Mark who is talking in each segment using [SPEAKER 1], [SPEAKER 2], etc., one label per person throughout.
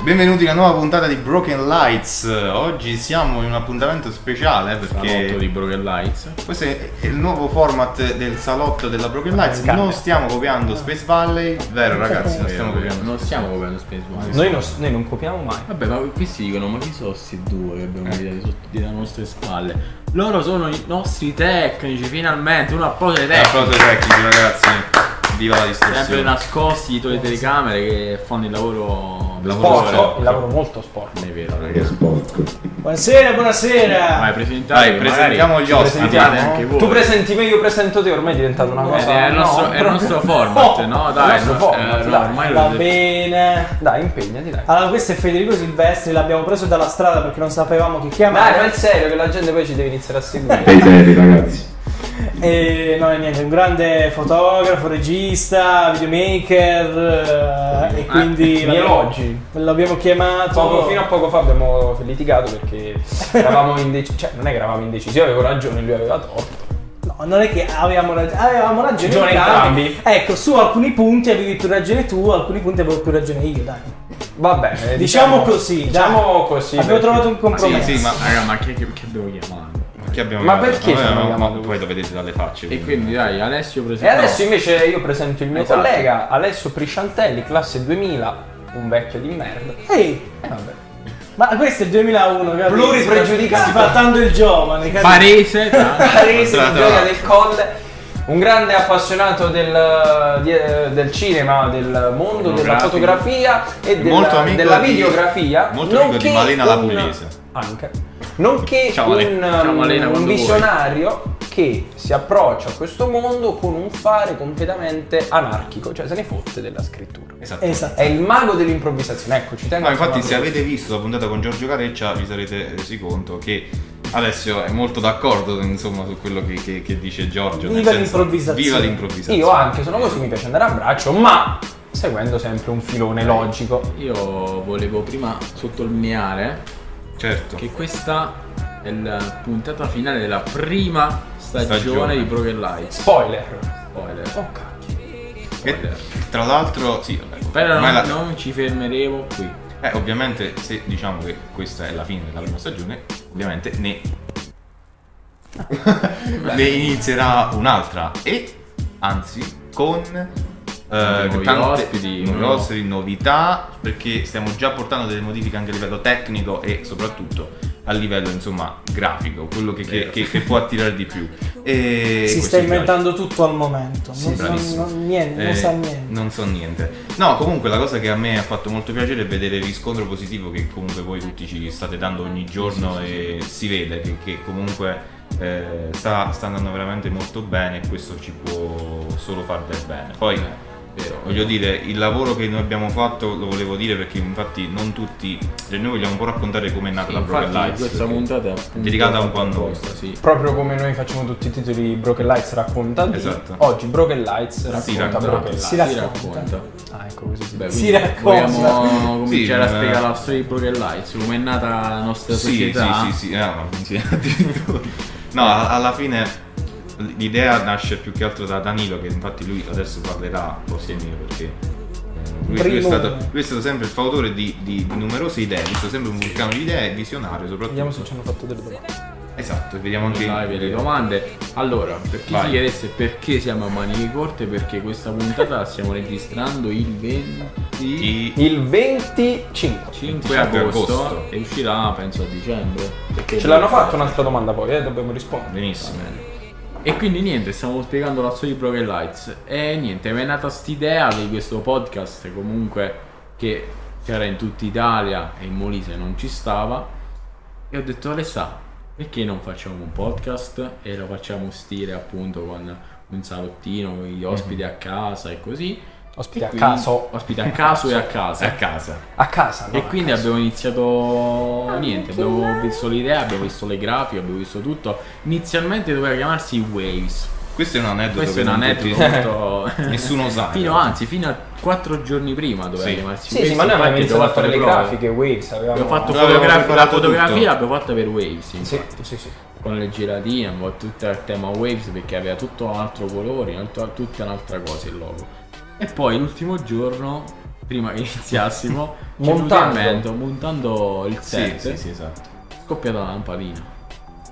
[SPEAKER 1] Benvenuti alla nuova puntata di Broken Lights. Oggi siamo in un appuntamento speciale
[SPEAKER 2] Salotto
[SPEAKER 1] perché
[SPEAKER 2] di Broken Lights.
[SPEAKER 1] questo è è il nuovo format del salotto della Broken Lights.
[SPEAKER 3] Cambia.
[SPEAKER 1] Non stiamo copiando Space Valley, vero ragazzi, non stiamo copiando.
[SPEAKER 2] Non stiamo copiando Space Valley.
[SPEAKER 3] Noi non, noi non copiamo mai.
[SPEAKER 2] Vabbè, ma questi dicono, ma chi sono questi due che abbiamo
[SPEAKER 1] Eh.
[SPEAKER 2] tirati sotto di le nostre spalle? Loro sono i nostri tecnici, finalmente, uno applauso ai
[SPEAKER 1] Eh,
[SPEAKER 2] tecnici.
[SPEAKER 1] cose tecniche ragazzi, viva la
[SPEAKER 2] Sempre
[SPEAKER 1] distorsione.
[SPEAKER 2] nascosti dietro le telecamere che fanno il lavoro
[SPEAKER 1] Lavoro sporco.
[SPEAKER 3] Il lavoro molto sporco.
[SPEAKER 2] Non è vero,
[SPEAKER 4] Che
[SPEAKER 2] ragazzi.
[SPEAKER 4] sporco.
[SPEAKER 3] Buonasera, buonasera.
[SPEAKER 2] Vai, presentate,
[SPEAKER 1] Dai, presentiamo gli
[SPEAKER 2] magari
[SPEAKER 1] ospiti.
[SPEAKER 2] presentiate
[SPEAKER 1] no?
[SPEAKER 2] anche voi.
[SPEAKER 3] Tu presenti me, io presento te, ormai è diventata una
[SPEAKER 2] Eh,
[SPEAKER 3] cosa.
[SPEAKER 2] è il nostro- è il
[SPEAKER 3] proprio-
[SPEAKER 2] nostro format, no? Dai,
[SPEAKER 3] è il nostro
[SPEAKER 2] no,
[SPEAKER 3] format,
[SPEAKER 2] eh, no,
[SPEAKER 3] dai.
[SPEAKER 2] ormai lo
[SPEAKER 5] Va
[SPEAKER 2] detto.
[SPEAKER 5] bene.
[SPEAKER 3] Dai, impegnati, dai.
[SPEAKER 5] Allora, questo è Federico Silvestri, l'abbiamo preso dalla strada perché non sapevamo chi
[SPEAKER 3] Dai, fai il
[SPEAKER 5] chiamare.
[SPEAKER 3] serio che la gente poi ci deve iniziare a seguire.
[SPEAKER 4] Dei seri ragazzi.
[SPEAKER 5] E no, e niente, è un grande fotografo, regista, videomaker.
[SPEAKER 3] Ah,
[SPEAKER 5] eh, E quindi.
[SPEAKER 3] miei
[SPEAKER 5] l'abbiamo-
[SPEAKER 3] elogi.
[SPEAKER 5] L'abbiamo chiamato.
[SPEAKER 3] Poco- fino a poco fa abbiamo litigato perché eravamo indecisi. Cioè, non è che eravamo indecisi, io avevo ragione, lui aveva torto.
[SPEAKER 5] No, non è che avevamo, rag- avevamo ragione.
[SPEAKER 3] Ragione entrambi.
[SPEAKER 5] Ecco, su alcuni punti avevi più ragione tu, alcuni punti avevo più ragione io, dai.
[SPEAKER 3] Va bene.
[SPEAKER 5] Diciamo così,
[SPEAKER 3] Eh, Diciamo
[SPEAKER 5] dai.
[SPEAKER 3] così.
[SPEAKER 5] Abbiamo
[SPEAKER 3] perché- Ah,
[SPEAKER 5] trovato un compromesso.
[SPEAKER 1] sì, ma-
[SPEAKER 2] Raga, ma chi, chi- chi abbiamo chiamato?
[SPEAKER 1] Che abbiamo
[SPEAKER 3] Ma
[SPEAKER 1] chiamato?
[SPEAKER 3] perché
[SPEAKER 1] Vabbè,
[SPEAKER 3] stiamo
[SPEAKER 1] ma-
[SPEAKER 3] chiamando
[SPEAKER 1] ma Poi lo vedete dalle facce.
[SPEAKER 2] E quindi dai, Alessio
[SPEAKER 3] E
[SPEAKER 2] presenta.
[SPEAKER 3] adesso invece io presento il mio
[SPEAKER 2] Esatto.
[SPEAKER 3] collega Alessio Prisciantelli, classe 2000, un vecchio di merda.
[SPEAKER 5] Ehi,
[SPEAKER 3] E vabbè.
[SPEAKER 5] ma questo è il 2001, capito?
[SPEAKER 3] Pluripregiudicato.
[SPEAKER 5] Si fa tanto il giovane, capito?
[SPEAKER 2] Parese, tra-
[SPEAKER 3] Parese, il
[SPEAKER 1] Entrate
[SPEAKER 3] gioia
[SPEAKER 1] là.
[SPEAKER 3] del colle, un grande appassionato del, di- eh, del cinema, del mondo della
[SPEAKER 2] Fotografico.
[SPEAKER 3] fotografia e della,
[SPEAKER 1] Molto amico
[SPEAKER 3] della
[SPEAKER 1] di-
[SPEAKER 3] videografia.
[SPEAKER 1] molto amico di
[SPEAKER 3] nonché
[SPEAKER 1] Malena
[SPEAKER 3] un-
[SPEAKER 1] La Pugliese.
[SPEAKER 3] Anche. Nonché
[SPEAKER 1] Ciao, Ale.
[SPEAKER 3] un, um,
[SPEAKER 2] Ciao, Malena,
[SPEAKER 3] un
[SPEAKER 2] quando vuoi.
[SPEAKER 3] visionario che si approccia a questo mondo con un fare completamente anarchico, cioè se ne fotte della scrittura.
[SPEAKER 1] Esatto.
[SPEAKER 5] Esatto.
[SPEAKER 3] È il mago dell'improvvisazione, ecco, ci tengo
[SPEAKER 1] No,
[SPEAKER 3] a
[SPEAKER 1] Ah, infatti, se
[SPEAKER 3] farlo.
[SPEAKER 1] avete visto la puntata con Giorgio Careccia, vi sarete resi conto che Alessio è molto d'accordo insomma, su quello che, che- che dice Giorgio. nel
[SPEAKER 5] Viva
[SPEAKER 1] senso,
[SPEAKER 5] l'improvvisazione.
[SPEAKER 1] Viva l'improvvisazione.
[SPEAKER 3] Io anche sono così, mi piace andare a braccio, ma seguendo sempre un
[SPEAKER 1] Eh.
[SPEAKER 3] filone logico.
[SPEAKER 2] Io volevo prima sottolineare
[SPEAKER 1] Certo.
[SPEAKER 2] che questa è la puntata finale della prima stagione,
[SPEAKER 1] Stagione.
[SPEAKER 2] di Broken Lights.
[SPEAKER 3] Spoiler.
[SPEAKER 2] Spoiler.
[SPEAKER 3] Oh cacchio.
[SPEAKER 1] E, tra l'altro, sì, vabbè,
[SPEAKER 2] Però
[SPEAKER 1] ormai
[SPEAKER 2] non,
[SPEAKER 1] la-
[SPEAKER 2] non ci fermeremo qui.
[SPEAKER 1] eh, ovviamente, se diciamo che questa è la fine della prima stagione, ovviamente ne, ne inizierà un'altra. E anzi, con eh,
[SPEAKER 2] Nuovi ospiti,
[SPEAKER 1] nuovi
[SPEAKER 2] no?
[SPEAKER 1] ospiti, novità, perché stiamo già portando delle modifiche anche a livello tecnico e soprattutto a livello insomma grafico, quello che, che-
[SPEAKER 2] Vero.
[SPEAKER 1] che- che può attirare di più. E
[SPEAKER 5] si
[SPEAKER 1] Eh, questo
[SPEAKER 5] sta
[SPEAKER 1] mi piace.
[SPEAKER 5] inventando tutto al momento.
[SPEAKER 1] Sì,
[SPEAKER 5] non, non,
[SPEAKER 1] bravissimo.
[SPEAKER 5] non- niente, non
[SPEAKER 1] Eh,
[SPEAKER 5] sa niente.
[SPEAKER 1] non so niente. No, comunque la cosa che a me ha fatto molto piacere è vedere il riscontro positivo che comunque voi tutti ci state dando ogni giorno e si vede che, che comunque eh, sta, sta andando veramente molto bene e questo ci può solo far del bene.
[SPEAKER 5] Eh,
[SPEAKER 1] Poi eh,
[SPEAKER 2] Vero.
[SPEAKER 1] voglio dire, il lavoro che noi abbiamo fatto, lo volevo dire perché infatti non tutti, cioè noi vogliamo un po' raccontare come è nata la Broken
[SPEAKER 2] Infatti
[SPEAKER 1] Lights.
[SPEAKER 2] questa
[SPEAKER 1] perché-
[SPEAKER 2] puntata è appunto
[SPEAKER 1] dedicata un po' a noi.
[SPEAKER 2] apposta, Sì.
[SPEAKER 3] Proprio come noi facciamo tutti i titoli Broken Lights racconta di,
[SPEAKER 1] Esatto.
[SPEAKER 3] oggi Broken Lights
[SPEAKER 1] Si
[SPEAKER 3] racconta
[SPEAKER 1] racconta.
[SPEAKER 3] Broken
[SPEAKER 5] Si
[SPEAKER 3] Lights.
[SPEAKER 5] racconta.
[SPEAKER 3] Ah, ecco così si
[SPEAKER 2] Beh,
[SPEAKER 5] Si
[SPEAKER 2] quindi
[SPEAKER 5] racconta.
[SPEAKER 2] Vogliamo cominciare a
[SPEAKER 1] ma-
[SPEAKER 2] spiegare la storia di Broken Lights, come è nata la nostra
[SPEAKER 1] eh. Sì,
[SPEAKER 2] società.
[SPEAKER 1] sì, sì, sì, eh, no, sì, addirittura. No, a- alla fine l'idea nasce più che altro da Danilo, che infatti lui adesso parlerà un po' sia mio perché eh, lui, lui è
[SPEAKER 5] Primo.
[SPEAKER 1] stato, lui è stato sempre il fautore di, di- di numerose idee, è stato sempre un vulcano di idee, visionario soprattutto.
[SPEAKER 3] Vediamo se ci hanno fatto delle domande.
[SPEAKER 1] Esatto, e vediamo
[SPEAKER 2] Anche
[SPEAKER 1] anche...
[SPEAKER 2] live e le domande. Allora, per chi
[SPEAKER 1] Vai.
[SPEAKER 2] si chiedesse perché siamo a maniche corte, perché questa puntata la stiamo registrando il 25
[SPEAKER 1] Di-
[SPEAKER 3] Il 25.
[SPEAKER 2] agosto,
[SPEAKER 1] agosto.
[SPEAKER 2] e uscirà penso a dicembre. perché-
[SPEAKER 3] Ce l'hanno fatto un'altra domanda poi, eh, dobbiamo rispondere.
[SPEAKER 1] Benissimo.
[SPEAKER 2] E quindi niente, stiamo spiegando la storia di Broken Lights. E niente, mi è nata st'idea di questo podcast comunque che c'era in tutta Italia e in Molise non ci stava. E ho detto Alessà, perché non facciamo un podcast e lo facciamo stile appunto con un salottino, con gli ospiti a casa e così.
[SPEAKER 3] Mhm. Ospiti
[SPEAKER 2] E
[SPEAKER 3] a
[SPEAKER 2] quindi-
[SPEAKER 3] caso.
[SPEAKER 2] Ospiti a caso e
[SPEAKER 1] Sei
[SPEAKER 2] a
[SPEAKER 1] a
[SPEAKER 2] casa.
[SPEAKER 1] casa.
[SPEAKER 3] A casa. no?
[SPEAKER 2] E quindi abbiamo iniziato
[SPEAKER 1] Ah,
[SPEAKER 2] niente, abbiamo visto l'idea, abbiamo visto le grafiche, abbiamo visto tutto. Inizialmente doveva chiamarsi Waves.
[SPEAKER 1] Questo è un aneddoto
[SPEAKER 2] Questo
[SPEAKER 1] che
[SPEAKER 2] è un
[SPEAKER 1] non
[SPEAKER 2] aneddoto
[SPEAKER 1] tutti-
[SPEAKER 2] molto...
[SPEAKER 1] nessuno sa.
[SPEAKER 2] Fino anzi, fino a quattro giorni prima doveva
[SPEAKER 1] Sì.
[SPEAKER 2] chiamarsi
[SPEAKER 3] Sì, sì,
[SPEAKER 2] Waves,
[SPEAKER 3] ma noi abbiamo
[SPEAKER 2] infatti
[SPEAKER 3] iniziato a
[SPEAKER 2] abbiamo
[SPEAKER 3] fare le
[SPEAKER 2] fatto prove.
[SPEAKER 3] grafiche, Waves, avevamo...
[SPEAKER 2] Abbiamo fatto
[SPEAKER 1] Noi abbiamo
[SPEAKER 2] fotografi- la
[SPEAKER 1] preparato tutto.
[SPEAKER 2] fotografia l'abbiamo fatta per Waves,
[SPEAKER 3] Sì,
[SPEAKER 2] infatti.
[SPEAKER 3] sì, sì.
[SPEAKER 2] Con le giratine, abbiamo fatto tutto il tema Waves perché aveva tutto un altro colore, un altro- tutta un'altra cosa il logo. E poi l'ultimo giorno, prima che iniziassimo,
[SPEAKER 3] Montando.
[SPEAKER 2] montando, montando il
[SPEAKER 1] Sì,
[SPEAKER 2] set
[SPEAKER 1] sì, sì, esatto.
[SPEAKER 2] scoppiata la lampadina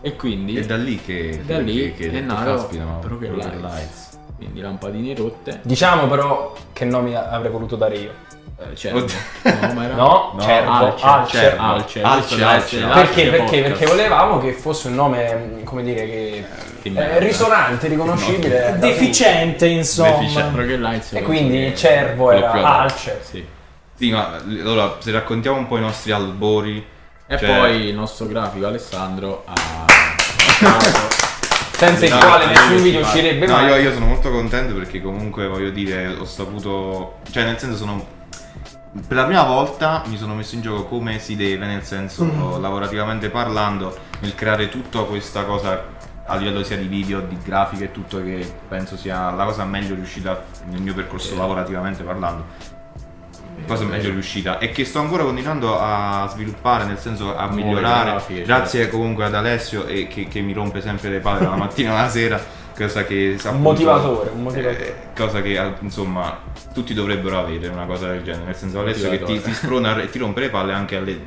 [SPEAKER 2] e quindi
[SPEAKER 1] È da lì che,
[SPEAKER 2] da
[SPEAKER 1] che,
[SPEAKER 2] lì
[SPEAKER 1] che
[SPEAKER 2] è
[SPEAKER 1] ho detto,
[SPEAKER 2] nato
[SPEAKER 1] caspita, ma
[SPEAKER 2] Broken
[SPEAKER 1] Broken
[SPEAKER 2] Lights.
[SPEAKER 1] Lights.
[SPEAKER 2] quindi lampadine rotte
[SPEAKER 3] Diciamo però che nomi a- avrei voluto dare io.
[SPEAKER 2] eh, cervo
[SPEAKER 1] Oddio.
[SPEAKER 2] no, ma era-
[SPEAKER 3] No,
[SPEAKER 1] No,
[SPEAKER 3] Cervo,
[SPEAKER 2] Alcer,
[SPEAKER 3] Alcer.
[SPEAKER 1] Cervo. Alcer,
[SPEAKER 2] Alcer, Alcer,
[SPEAKER 1] Alcer.
[SPEAKER 2] Alcer
[SPEAKER 3] Perché? Perché?
[SPEAKER 2] podcast.
[SPEAKER 3] Perché volevamo che fosse un nome, mh, come dire, che
[SPEAKER 2] Che
[SPEAKER 3] eh,
[SPEAKER 2] merda.
[SPEAKER 3] risonante, riconoscibile. da
[SPEAKER 5] Deficiente, insomma.
[SPEAKER 1] Deficiente.
[SPEAKER 2] Broken Lights
[SPEAKER 3] tutti. E
[SPEAKER 2] penso
[SPEAKER 3] quindi
[SPEAKER 2] che-
[SPEAKER 3] il cervo
[SPEAKER 2] quello
[SPEAKER 3] era
[SPEAKER 2] più adatto.
[SPEAKER 3] Alcer.
[SPEAKER 2] Sì.
[SPEAKER 1] Sì, ma l- allora se raccontiamo un po' i nostri albori.
[SPEAKER 2] E
[SPEAKER 1] cioè-
[SPEAKER 2] poi il nostro grafico Alessandro ha
[SPEAKER 3] Senza il
[SPEAKER 1] No,
[SPEAKER 3] quale
[SPEAKER 1] no,
[SPEAKER 3] nessun
[SPEAKER 1] io-
[SPEAKER 3] video uscirebbe
[SPEAKER 1] No,
[SPEAKER 3] mai.
[SPEAKER 1] io, io sono molto contento perché comunque voglio dire, ho saputo. Cioè, nel senso sono. Per la prima volta mi sono messo in gioco come si deve, nel senso lavorativamente parlando, nel creare tutta questa cosa a livello sia di video, di grafica e tutto che penso sia la cosa meglio riuscita nel mio percorso lavorativamente parlando. Cosa
[SPEAKER 3] Eh,
[SPEAKER 1] meglio riuscita e che sto ancora continuando a sviluppare, nel senso a
[SPEAKER 2] Nuove
[SPEAKER 1] migliorare.
[SPEAKER 2] grafiche,
[SPEAKER 1] Grazie comunque ad Alessio e che, che mi rompe sempre le palle dalla mattina alla sera, cosa che sa
[SPEAKER 3] Un motivatore, un motivatore.
[SPEAKER 1] cosa che ah, insomma tutti dovrebbero avere una cosa del genere, nel senso Alessio che ti,
[SPEAKER 2] Motivatore.
[SPEAKER 1] ti sprona e ti rompe le palle anche alle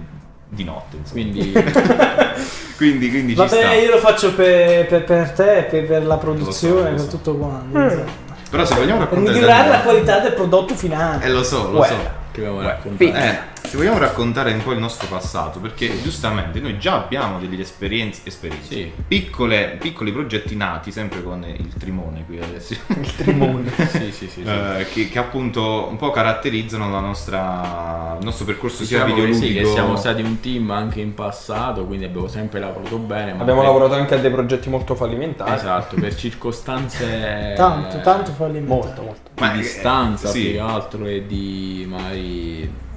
[SPEAKER 1] di notte, insomma.
[SPEAKER 2] quindi
[SPEAKER 1] Quindi, quindi ci sta.
[SPEAKER 5] Vabbè, io lo faccio per, per- per te, per, per la produzione,
[SPEAKER 1] lo
[SPEAKER 5] per
[SPEAKER 1] so.
[SPEAKER 5] tutto quanto.
[SPEAKER 3] Mm.
[SPEAKER 5] insomma.
[SPEAKER 1] Però se vogliamo
[SPEAKER 5] Per
[SPEAKER 1] raccontare
[SPEAKER 5] migliorare la qualità del prodotto finale.
[SPEAKER 1] Eh lo so, lo
[SPEAKER 3] Well.
[SPEAKER 1] so.
[SPEAKER 2] che abbiamo
[SPEAKER 3] fi-
[SPEAKER 2] raccontato
[SPEAKER 1] Eh, se vogliamo raccontare un po' il nostro passato, perché giustamente noi già abbiamo delle esperienze, esperienze
[SPEAKER 2] Sì.
[SPEAKER 1] piccole, piccoli progetti nati sempre con il trimone qui adesso,
[SPEAKER 2] sì sì sì, sì.
[SPEAKER 1] eh, che, che appunto un po' caratterizzano la nostra, il nostro percorso sia
[SPEAKER 2] Diciamo che sì, che
[SPEAKER 1] videoludico.
[SPEAKER 2] siamo stati un team anche in passato, quindi abbiamo sempre lavorato bene. ma
[SPEAKER 3] Abbiamo
[SPEAKER 2] per-
[SPEAKER 3] lavorato anche a dei progetti molto fallimentari.
[SPEAKER 2] Esatto, per circostanze...
[SPEAKER 5] Tanto, tanto fallimento.
[SPEAKER 3] Molto, molto.
[SPEAKER 2] Di
[SPEAKER 1] eh,
[SPEAKER 2] distanza più
[SPEAKER 1] sì,
[SPEAKER 2] che altro e di magari...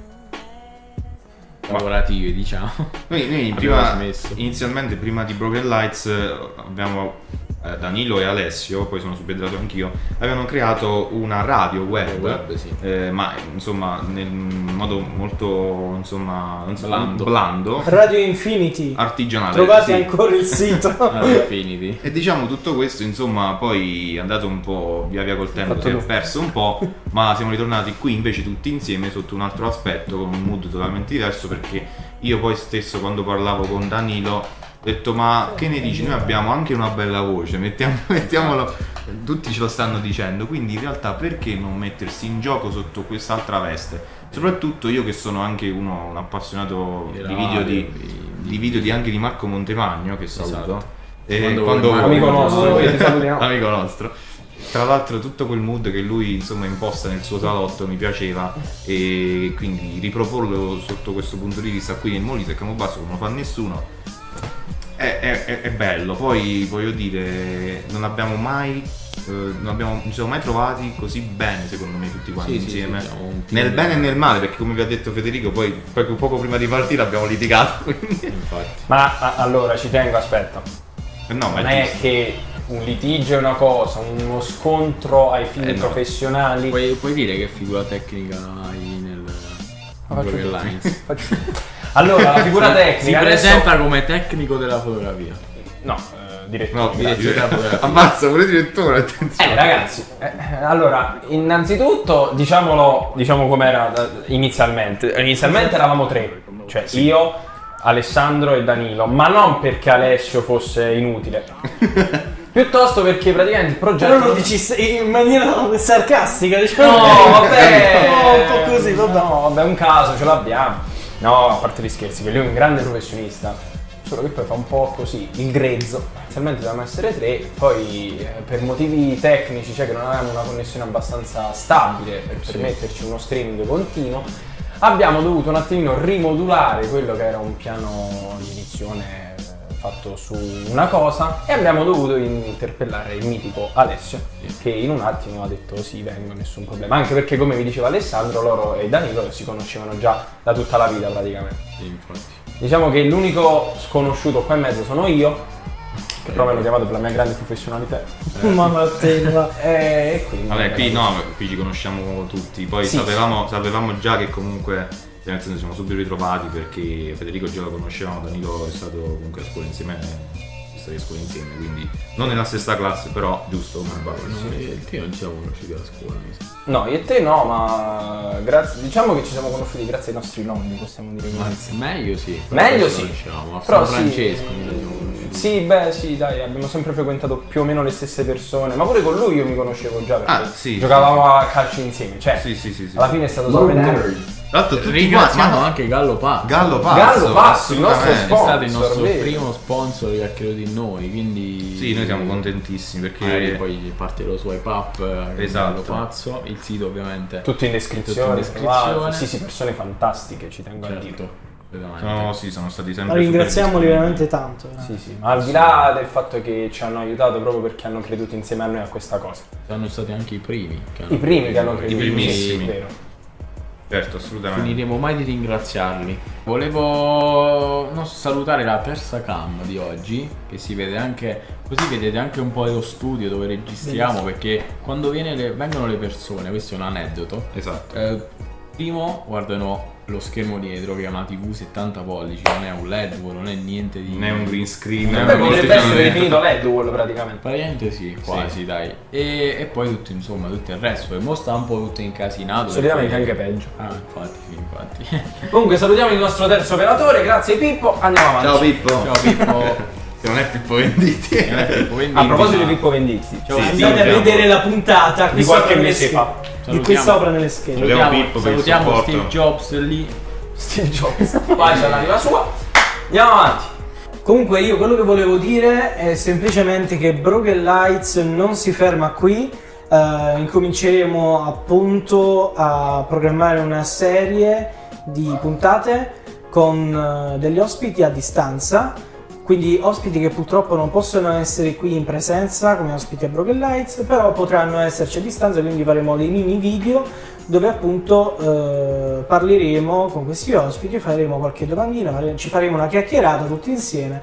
[SPEAKER 2] lavorative, diciamo.
[SPEAKER 1] Noi, noi
[SPEAKER 2] Abbiamo
[SPEAKER 1] prima-
[SPEAKER 2] smesso.
[SPEAKER 1] inizialmente prima di Broken Lights eh, abbiamo eh, Danilo e Alessio, poi sono subentrato anch'io, avevano creato una radio web,
[SPEAKER 2] Web, sì.
[SPEAKER 1] eh, ma insomma nel modo molto insomma, non so,
[SPEAKER 2] Blando.
[SPEAKER 1] blando,
[SPEAKER 5] Radio Infinity.
[SPEAKER 1] artigianale.
[SPEAKER 5] Trovate
[SPEAKER 1] Ah, sì. Ah,
[SPEAKER 5] ancora il sito.
[SPEAKER 2] Alla Infinity.
[SPEAKER 1] E diciamo tutto questo, insomma, poi è andato un po' via via col tempo,
[SPEAKER 3] Fatto
[SPEAKER 1] si è
[SPEAKER 3] tu.
[SPEAKER 1] perso un po', ma siamo ritornati qui invece tutti insieme sotto un altro aspetto, con un mood totalmente diverso, perché io poi stesso quando parlavo con Danilo ho detto ma che ne dici, noi abbiamo anche una bella voce, mettiamo- mettiamolo, tutti ce lo stanno dicendo, quindi in realtà perché non mettersi in gioco sotto quest'altra veste? Soprattutto io che sono anche uno, un appassionato
[SPEAKER 2] Di
[SPEAKER 1] di video di,
[SPEAKER 2] radio, di-
[SPEAKER 1] di video di anche di Marco Montemagno che saluto.
[SPEAKER 2] Esatto.
[SPEAKER 1] E
[SPEAKER 2] Quando
[SPEAKER 1] quando,
[SPEAKER 2] vuoi, Marco.
[SPEAKER 3] Amico nostro,
[SPEAKER 1] vuoi.
[SPEAKER 3] ti salutiamo.
[SPEAKER 1] Amico nostro. Tra l'altro tutto quel mood che lui insomma imposta nel suo salotto mi piaceva e quindi riproporlo sotto questo punto di vista qui nel Molise a Camobasso come non lo fa nessuno è, è- è- è bello. Poi voglio dire non abbiamo mai eh, non abbiamo, ci siamo mai trovati così bene secondo me tutti quanti
[SPEAKER 2] Sì, diciamo. sì,
[SPEAKER 1] insieme
[SPEAKER 2] sì, siamo un team.
[SPEAKER 1] nel bene e nel male perché come vi ha detto Federico poi poco, poco prima di partire abbiamo litigato quindi
[SPEAKER 2] Infatti.
[SPEAKER 3] Ma a- allora ci tengo, aspetta.
[SPEAKER 1] Eh, no ma
[SPEAKER 3] Non
[SPEAKER 1] è
[SPEAKER 3] è
[SPEAKER 1] giusto
[SPEAKER 3] che un litigio è una cosa, uno scontro ai fini
[SPEAKER 1] Eh, no.
[SPEAKER 3] professionali.
[SPEAKER 2] Puoi, puoi dire che figura tecnica hai nel...
[SPEAKER 3] Ma faccio
[SPEAKER 2] Broken
[SPEAKER 3] tutti.
[SPEAKER 2] Lines?
[SPEAKER 3] Faccio- Allora, la figura
[SPEAKER 2] Si
[SPEAKER 3] tecnica adesso-
[SPEAKER 2] presenta come tecnico della fotografia.
[SPEAKER 3] No, eh, direttore.
[SPEAKER 1] No,
[SPEAKER 2] Dire-
[SPEAKER 1] dire-
[SPEAKER 2] dire-
[SPEAKER 1] ammazza pure direttore, attenzione.
[SPEAKER 3] Eh ragazzi, eh, allora, innanzitutto diciamolo, diciamo com'era da- inizialmente. Inizialmente eravamo tre, cioè io, Alessandro e Danilo, ma non perché Alessio fosse inutile. Piuttosto perché praticamente il progetto...
[SPEAKER 5] Però lo dici se- in maniera sarcastica,
[SPEAKER 3] No,
[SPEAKER 5] diciamo.
[SPEAKER 3] vabbè! Eh,
[SPEAKER 5] No, un po' così, vabbè.
[SPEAKER 3] No, vabbè, un caso, ce l'abbiamo. No, a parte gli scherzi, che lui è un grande professionista. Solo che poi fa un po' così, il grezzo. Inizialmente dovevamo essere tre, poi eh, per motivi tecnici, cioè che non avevamo una connessione abbastanza stabile per permetterci uno streaming continuo, abbiamo dovuto un attimino rimodulare quello che era un piano di edizione eh, fatto su una cosa e abbiamo dovuto interpellare il mitico Alessio che in un attimo ha detto sì vengo nessun problema anche perché come vi diceva Alessandro loro e Danilo si conoscevano già da tutta la vita praticamente
[SPEAKER 2] Sì, infatti.
[SPEAKER 3] diciamo che l'unico sconosciuto qua in mezzo sono io che però me l'ho chiamato per la mia grande professionalità
[SPEAKER 1] Eh,
[SPEAKER 5] Mamma te, ma-
[SPEAKER 3] Eh, e quindi
[SPEAKER 1] Vabbè, qui no, qui ci conosciamo tutti. Poi
[SPEAKER 3] Sì,
[SPEAKER 1] sapevamo, sapevamo già che comunque, cioè, nel senso, siamo subito ritrovati perché Federico già lo conoscevamo, Danilo è stato comunque a scuola insieme, è regista che scuola insieme, quindi non nella stessa classe, però giusto come
[SPEAKER 2] No,
[SPEAKER 1] Barbara.
[SPEAKER 2] io e te Ah, non ci siamo conosciuti alla scuola. mi sa.
[SPEAKER 3] No, io e te no, ma grazie, diciamo che ci siamo conosciuti grazie ai nostri nonni, possiamo dire così.
[SPEAKER 2] Anzi, meglio sì.
[SPEAKER 3] Meglio
[SPEAKER 2] Questo
[SPEAKER 3] sì.
[SPEAKER 2] non ce l'avevamo, a
[SPEAKER 3] Però
[SPEAKER 2] San Francesco.
[SPEAKER 3] sì.
[SPEAKER 2] mi sa, siamo conosciuti.
[SPEAKER 3] Sì, beh, sì, dai, abbiamo sempre frequentato più o meno le stesse persone, ma pure con lui io mi conoscevo già perché
[SPEAKER 1] Ah, sì,
[SPEAKER 3] giocavamo a calcio insieme, cioè
[SPEAKER 1] Sì, sì, sì, sì.
[SPEAKER 3] alla fine è stato
[SPEAKER 4] Lord
[SPEAKER 3] solamente
[SPEAKER 4] Henry.
[SPEAKER 1] Tra l'altro tutti quanti,
[SPEAKER 2] Ringraziamo
[SPEAKER 1] ma
[SPEAKER 2] anche Gallo Pazzo.
[SPEAKER 1] Gallo Pazzo.
[SPEAKER 3] Gallo Pazzo, il
[SPEAKER 1] assolutamente.
[SPEAKER 3] nostro
[SPEAKER 2] è stato il
[SPEAKER 3] sponsor,
[SPEAKER 2] nostro
[SPEAKER 3] vero.
[SPEAKER 2] primo sponsor che ha creduto in noi, quindi...
[SPEAKER 1] Sì, noi siamo contentissimi
[SPEAKER 2] Magari
[SPEAKER 1] perché
[SPEAKER 2] Ah, poi parte lo swipe up, eh,
[SPEAKER 1] Esatto.
[SPEAKER 2] Gallo Pazzo, il sito ovviamente.
[SPEAKER 3] tutto
[SPEAKER 2] Tutto
[SPEAKER 3] in descrizione.
[SPEAKER 2] in descrizione.
[SPEAKER 3] trovate. Sì, sì, persone fantastiche, ci tengo a dire.
[SPEAKER 2] certo. veramente.
[SPEAKER 1] sono, sì, sono stati sempre
[SPEAKER 5] Ma ringraziamoli
[SPEAKER 1] super
[SPEAKER 5] veramente tanto. eh.
[SPEAKER 3] Sì, sì, ma al di là del fatto che ci hanno aiutato proprio perché hanno creduto insieme a noi a questa cosa.
[SPEAKER 2] Sono stati anche i primi. che hanno-
[SPEAKER 3] I primi che hanno creduto.
[SPEAKER 1] primissimi.
[SPEAKER 3] Sì, vero.
[SPEAKER 1] disponibili. Certo, assolutamente.
[SPEAKER 2] Finiremo mai di ringraziarli. Volevo non so, salutare la terza cam di oggi, che si vede anche, così vedete anche un po' lo studio dove registriamo,
[SPEAKER 5] Bellissimo.
[SPEAKER 2] perché quando viene le- vengono le persone, questo è un aneddoto,
[SPEAKER 1] Esatto.
[SPEAKER 2] Eh, primo guardano lo schermo dietro che è una TV 70 pollici, non è un LED, non è niente di...
[SPEAKER 1] Non è un green screen.
[SPEAKER 2] Beh,
[SPEAKER 1] non è
[SPEAKER 3] Beh,
[SPEAKER 1] un
[SPEAKER 3] potrebbe
[SPEAKER 1] green
[SPEAKER 3] essere
[SPEAKER 1] screen.
[SPEAKER 3] finito l'Edwall praticamente.
[SPEAKER 2] Praticamente sì, quasi dai. E, e poi tutto insomma, tutto il resto, e mo sta un po' tutto incasinato.
[SPEAKER 3] Solitamente
[SPEAKER 2] e poi-
[SPEAKER 3] anche peggio.
[SPEAKER 2] Ah, infatti, sì, infatti.
[SPEAKER 3] Comunque salutiamo il nostro terzo operatore, grazie Pippo, andiamo avanti.
[SPEAKER 1] Ciao Pippo.
[SPEAKER 2] Ciao Pippo.
[SPEAKER 1] Se non è Pippo Venditti.
[SPEAKER 2] Non è Pippo, quindi-
[SPEAKER 3] A proposito di Pippo Venditti,
[SPEAKER 2] Ciao,
[SPEAKER 1] Sì,
[SPEAKER 5] Andate a
[SPEAKER 1] abbiamo-
[SPEAKER 5] vedere la puntata qui
[SPEAKER 3] Di qualche
[SPEAKER 5] sopra nelle
[SPEAKER 3] mese
[SPEAKER 5] schede.
[SPEAKER 3] fa.
[SPEAKER 5] Di qui
[SPEAKER 2] Salutiamo.
[SPEAKER 5] sopra nelle schede.
[SPEAKER 1] Salutiamo
[SPEAKER 2] salutiamo,
[SPEAKER 1] Pippo per il
[SPEAKER 2] salutiamo
[SPEAKER 1] supporto.
[SPEAKER 2] Steve Jobs lì.
[SPEAKER 3] Steve Jobs, qua c'è l'anima sua. Andiamo avanti.
[SPEAKER 5] Comunque io quello che volevo dire è semplicemente che Broken Lights non si ferma qui. Eh, incominceremo appunto a programmare una serie di puntate con eh, degli ospiti a distanza, quindi ospiti che purtroppo non possono essere qui in presenza come ospiti a Broken Lights, però potranno esserci a distanza, quindi faremo dei mini video dove appunto eh, parleremo con questi ospiti, faremo qualche domandina, fare- ci faremo una chiacchierata tutti insieme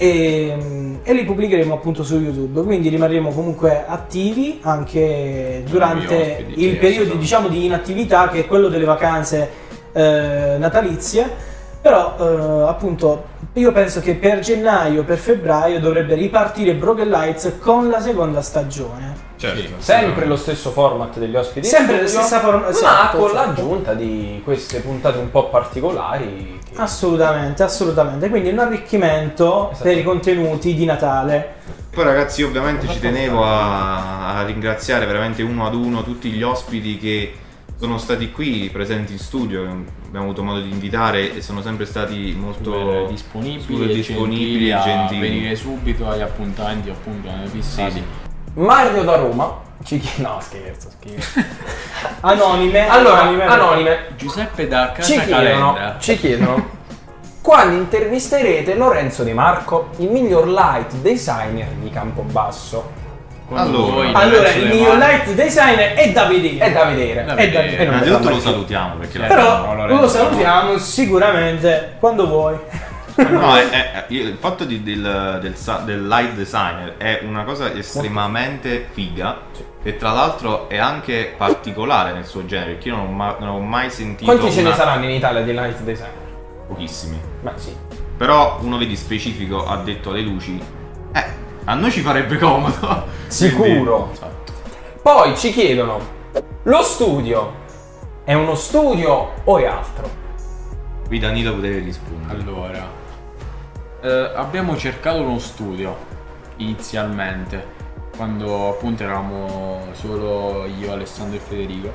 [SPEAKER 5] e, e li pubblicheremo appunto su YouTube. Quindi rimarremo comunque attivi anche durante
[SPEAKER 2] ospiti,
[SPEAKER 5] il
[SPEAKER 2] sì,
[SPEAKER 5] periodo
[SPEAKER 2] assolutamente.
[SPEAKER 5] diciamo di inattività che è quello delle vacanze eh, natalizie. Però eh, appunto io penso che per gennaio, per febbraio dovrebbe ripartire Broken Lights con la seconda stagione.
[SPEAKER 1] Certo.
[SPEAKER 3] Sempre lo stesso format degli ospiti.
[SPEAKER 5] Sempre
[SPEAKER 3] in
[SPEAKER 5] la
[SPEAKER 3] studio,
[SPEAKER 5] stessa forma-
[SPEAKER 3] Ma
[SPEAKER 5] esatto,
[SPEAKER 3] con
[SPEAKER 5] esatto.
[SPEAKER 3] l'aggiunta di queste puntate un po' particolari. che-
[SPEAKER 5] Assolutamente, assolutamente. Quindi un arricchimento
[SPEAKER 3] Esatto.
[SPEAKER 5] per i contenuti di Natale.
[SPEAKER 1] Poi ragazzi io ovviamente ci tenevo a, a ringraziare veramente uno ad uno tutti gli ospiti che sono stati qui presenti in studio, che abbiamo avuto modo di invitare e sono sempre stati molto
[SPEAKER 2] Super disponibili,
[SPEAKER 1] super
[SPEAKER 2] e
[SPEAKER 1] disponibili e
[SPEAKER 2] gentili a
[SPEAKER 1] gentili.
[SPEAKER 2] venire subito agli appuntamenti appunto eh, nei fissati.
[SPEAKER 1] Sì,
[SPEAKER 3] Mario da Roma ci chiede. No, scherzo, scherzo.
[SPEAKER 5] Anonime.
[SPEAKER 3] allora,
[SPEAKER 5] anonime.
[SPEAKER 3] anonime,
[SPEAKER 2] Giuseppe da Casa
[SPEAKER 3] ci chiedono,
[SPEAKER 2] Calenda.
[SPEAKER 3] ci chiedono quando intervisterete Lorenzo Di Marco, il miglior light designer di Campobasso.
[SPEAKER 2] Quando
[SPEAKER 1] Allora.
[SPEAKER 2] vuoi,
[SPEAKER 5] Allora,
[SPEAKER 2] Lorenzo
[SPEAKER 5] il
[SPEAKER 2] Le
[SPEAKER 5] mio
[SPEAKER 2] Mani.
[SPEAKER 5] light designer è da vedere.
[SPEAKER 3] È da vedere.
[SPEAKER 2] Da
[SPEAKER 3] È
[SPEAKER 2] vedere.
[SPEAKER 3] e non me
[SPEAKER 1] Innanzitutto
[SPEAKER 3] fa
[SPEAKER 1] lo
[SPEAKER 3] mai-
[SPEAKER 1] salutiamo perché la-
[SPEAKER 5] Però
[SPEAKER 1] no,
[SPEAKER 5] lo
[SPEAKER 1] Lorenzo.
[SPEAKER 5] salutiamo sicuramente quando vuoi.
[SPEAKER 1] No, è- è- è- il fatto di- del, del sa- del light designer è una cosa estremamente figa e tra l'altro è anche particolare nel suo genere perché io non ho, ma- non ho mai sentito
[SPEAKER 3] Quanti ce ne
[SPEAKER 1] una-
[SPEAKER 3] saranno in Italia di light designer?
[SPEAKER 1] pochissimi
[SPEAKER 3] Ma sì.
[SPEAKER 1] Però uno vedi specifico ha detto alle luci, eh, a noi ci farebbe comodo.
[SPEAKER 3] Sicuro.
[SPEAKER 1] Quindi-
[SPEAKER 3] Poi ci chiedono, lo studio è uno studio o è altro?
[SPEAKER 1] Qui Danilo poteva rispondere.
[SPEAKER 2] Allora, eh, abbiamo cercato uno studio inizialmente, quando appunto eravamo solo io, Alessandro e Federico,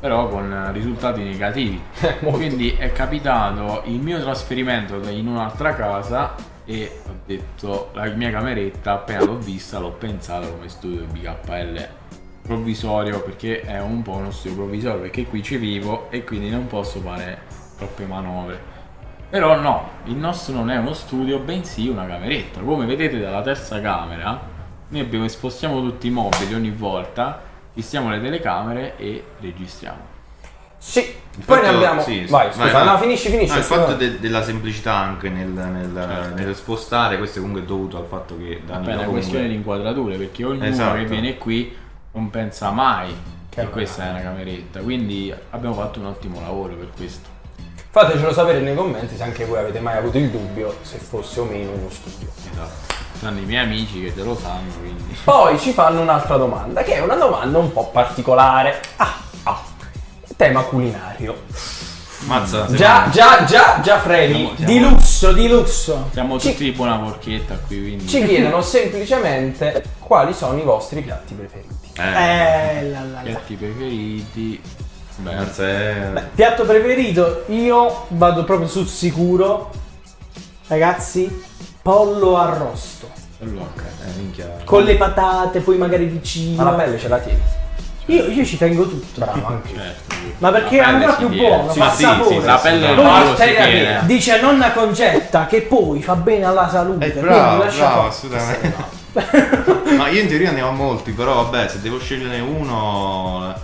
[SPEAKER 2] però con risultati negativi. Quindi è capitato il mio trasferimento in un'altra casa e ho detto la mia cameretta appena l'ho vista l'ho pensata come studio BKL provvisorio perché è un po' uno studio provvisorio perché qui ci vivo e quindi non posso fare troppe manovre. Però no, il nostro non è uno studio, bensì una cameretta. Come vedete dalla terza camera, noi abbiamo- spostiamo tutti i mobili ogni volta, fissiamo le telecamere e registriamo.
[SPEAKER 3] Sì.
[SPEAKER 1] Il
[SPEAKER 3] Poi
[SPEAKER 1] fatto-
[SPEAKER 3] ne abbiamo...
[SPEAKER 1] sì, sì.
[SPEAKER 3] vai, scusa,
[SPEAKER 1] vai.
[SPEAKER 3] no, finisci, finisci.
[SPEAKER 1] No, il
[SPEAKER 3] scusa. Certo.
[SPEAKER 1] fatto de- della semplicità anche nel, nel- nel spostare, questo è comunque dovuto al fatto che Danilo...
[SPEAKER 2] Appena è una
[SPEAKER 1] comunque-
[SPEAKER 2] questione di inquadrature, perché ognuno
[SPEAKER 1] Esatto.
[SPEAKER 2] che viene qui non pensa mai che
[SPEAKER 3] Che
[SPEAKER 2] questa è una cameretta. Quindi abbiamo fatto un ottimo lavoro per questo.
[SPEAKER 3] Fatecelo sapere nei commenti se anche voi avete mai avuto il dubbio se fosse o meno uno studio.
[SPEAKER 2] Esatto. Sanno i miei amici che te lo sanno, quindi.
[SPEAKER 3] Poi ci fanno un'altra domanda, che è una domanda un po' particolare. Ah, ah. Tema culinario.
[SPEAKER 1] Mazza, sembra-
[SPEAKER 3] Già, già, già, già Freddy,
[SPEAKER 2] Siamo- siamo-
[SPEAKER 5] Di lusso, di lusso.
[SPEAKER 2] Siamo
[SPEAKER 3] Ci-
[SPEAKER 2] tutti di buona porchetta qui, quindi.
[SPEAKER 3] ci chiedono semplicemente quali sono i vostri piatti preferiti.
[SPEAKER 5] Eh, la, la, la.
[SPEAKER 2] Piatti preferiti. Beh,
[SPEAKER 1] Mazza, eh.
[SPEAKER 5] Beh, piatto preferito, io vado proprio sul sicuro. Ragazzi, pollo arrosto.
[SPEAKER 2] allora, ok.
[SPEAKER 1] Eh, minchia.
[SPEAKER 5] Con le patate, poi magari vicino.
[SPEAKER 3] Ma la pelle ce la tieni.
[SPEAKER 5] Io, io ci tengo tutto.
[SPEAKER 3] Bravo, anche.
[SPEAKER 2] Certo.
[SPEAKER 5] Ma perché è
[SPEAKER 2] La pelle
[SPEAKER 5] ancora
[SPEAKER 2] si
[SPEAKER 5] più
[SPEAKER 2] tiene.
[SPEAKER 5] buono,
[SPEAKER 1] Sì,
[SPEAKER 5] fa
[SPEAKER 1] sì,
[SPEAKER 5] sapore.
[SPEAKER 1] sì,
[SPEAKER 2] La pelle
[SPEAKER 1] sì,
[SPEAKER 2] del
[SPEAKER 1] sì.
[SPEAKER 2] pollo si
[SPEAKER 3] Materia vera.
[SPEAKER 2] tiene.
[SPEAKER 5] Dice nonna Concetta che poi fa bene alla salute.
[SPEAKER 1] Eh,
[SPEAKER 5] quindi
[SPEAKER 1] bravo,
[SPEAKER 5] lascia
[SPEAKER 1] bravo,
[SPEAKER 5] fare.
[SPEAKER 1] assolutamente. Ma io in teoria ne ho molti, però vabbè, se devo sceglierne uno...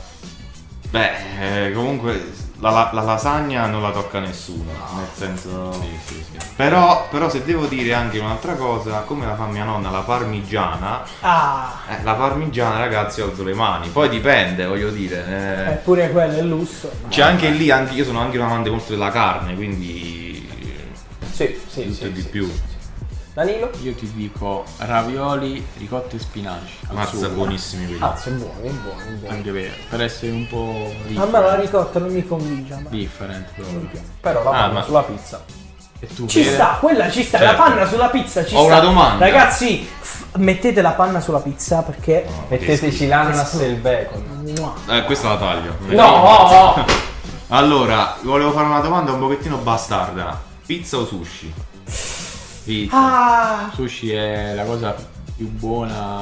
[SPEAKER 1] Beh, eh, comunque la, la- la lasagna non la tocca nessuno, nel senso...
[SPEAKER 2] Sì, sì, sì.
[SPEAKER 1] Però, però se devo dire anche un'altra cosa, come la fa mia nonna, la parmigiana,
[SPEAKER 5] Ah,
[SPEAKER 1] eh, la parmigiana ragazzi alzo le mani, poi dipende, voglio dire. eh.
[SPEAKER 5] eppure quello è lusso.
[SPEAKER 1] C'è anche lì, anche, io sono anche un amante molto della carne, quindi...
[SPEAKER 3] Sì, sì,
[SPEAKER 1] Tutto
[SPEAKER 3] sì,
[SPEAKER 1] e di
[SPEAKER 3] sì,
[SPEAKER 1] più.
[SPEAKER 3] sì, sì. Danilo?
[SPEAKER 2] Io ti dico ravioli, ricotta e spinaci. al
[SPEAKER 1] Mazza
[SPEAKER 2] sugo.
[SPEAKER 1] buonissimi quelli.
[SPEAKER 3] Cazzo, buoni, buoni, buoni.
[SPEAKER 2] Anche per, per essere un po'
[SPEAKER 5] A me Ah, la
[SPEAKER 2] different,
[SPEAKER 5] ricotta non mi convince. ma-
[SPEAKER 2] different proprio.
[SPEAKER 3] Però la
[SPEAKER 1] Ah,
[SPEAKER 3] panna
[SPEAKER 1] ma-
[SPEAKER 3] sulla pizza.
[SPEAKER 2] E tu
[SPEAKER 5] Ci
[SPEAKER 2] Fede?
[SPEAKER 5] sta, quella ci sta,
[SPEAKER 1] Certo.
[SPEAKER 5] la panna sulla pizza ci
[SPEAKER 1] Ho
[SPEAKER 5] sta.
[SPEAKER 1] una domanda.
[SPEAKER 5] Ragazzi, f- mettete la panna sulla pizza perché...
[SPEAKER 1] No,
[SPEAKER 3] Metteteci
[SPEAKER 1] che
[SPEAKER 3] l'ananas e il bacon.
[SPEAKER 5] Mua.
[SPEAKER 1] schifo. Eh, questa la taglio.
[SPEAKER 3] No, no.
[SPEAKER 1] Allora, volevo fare una domanda un pochettino bastarda. Pizza o sushi?
[SPEAKER 2] Pizza.
[SPEAKER 5] Ah,
[SPEAKER 2] Sushi è la cosa più buona,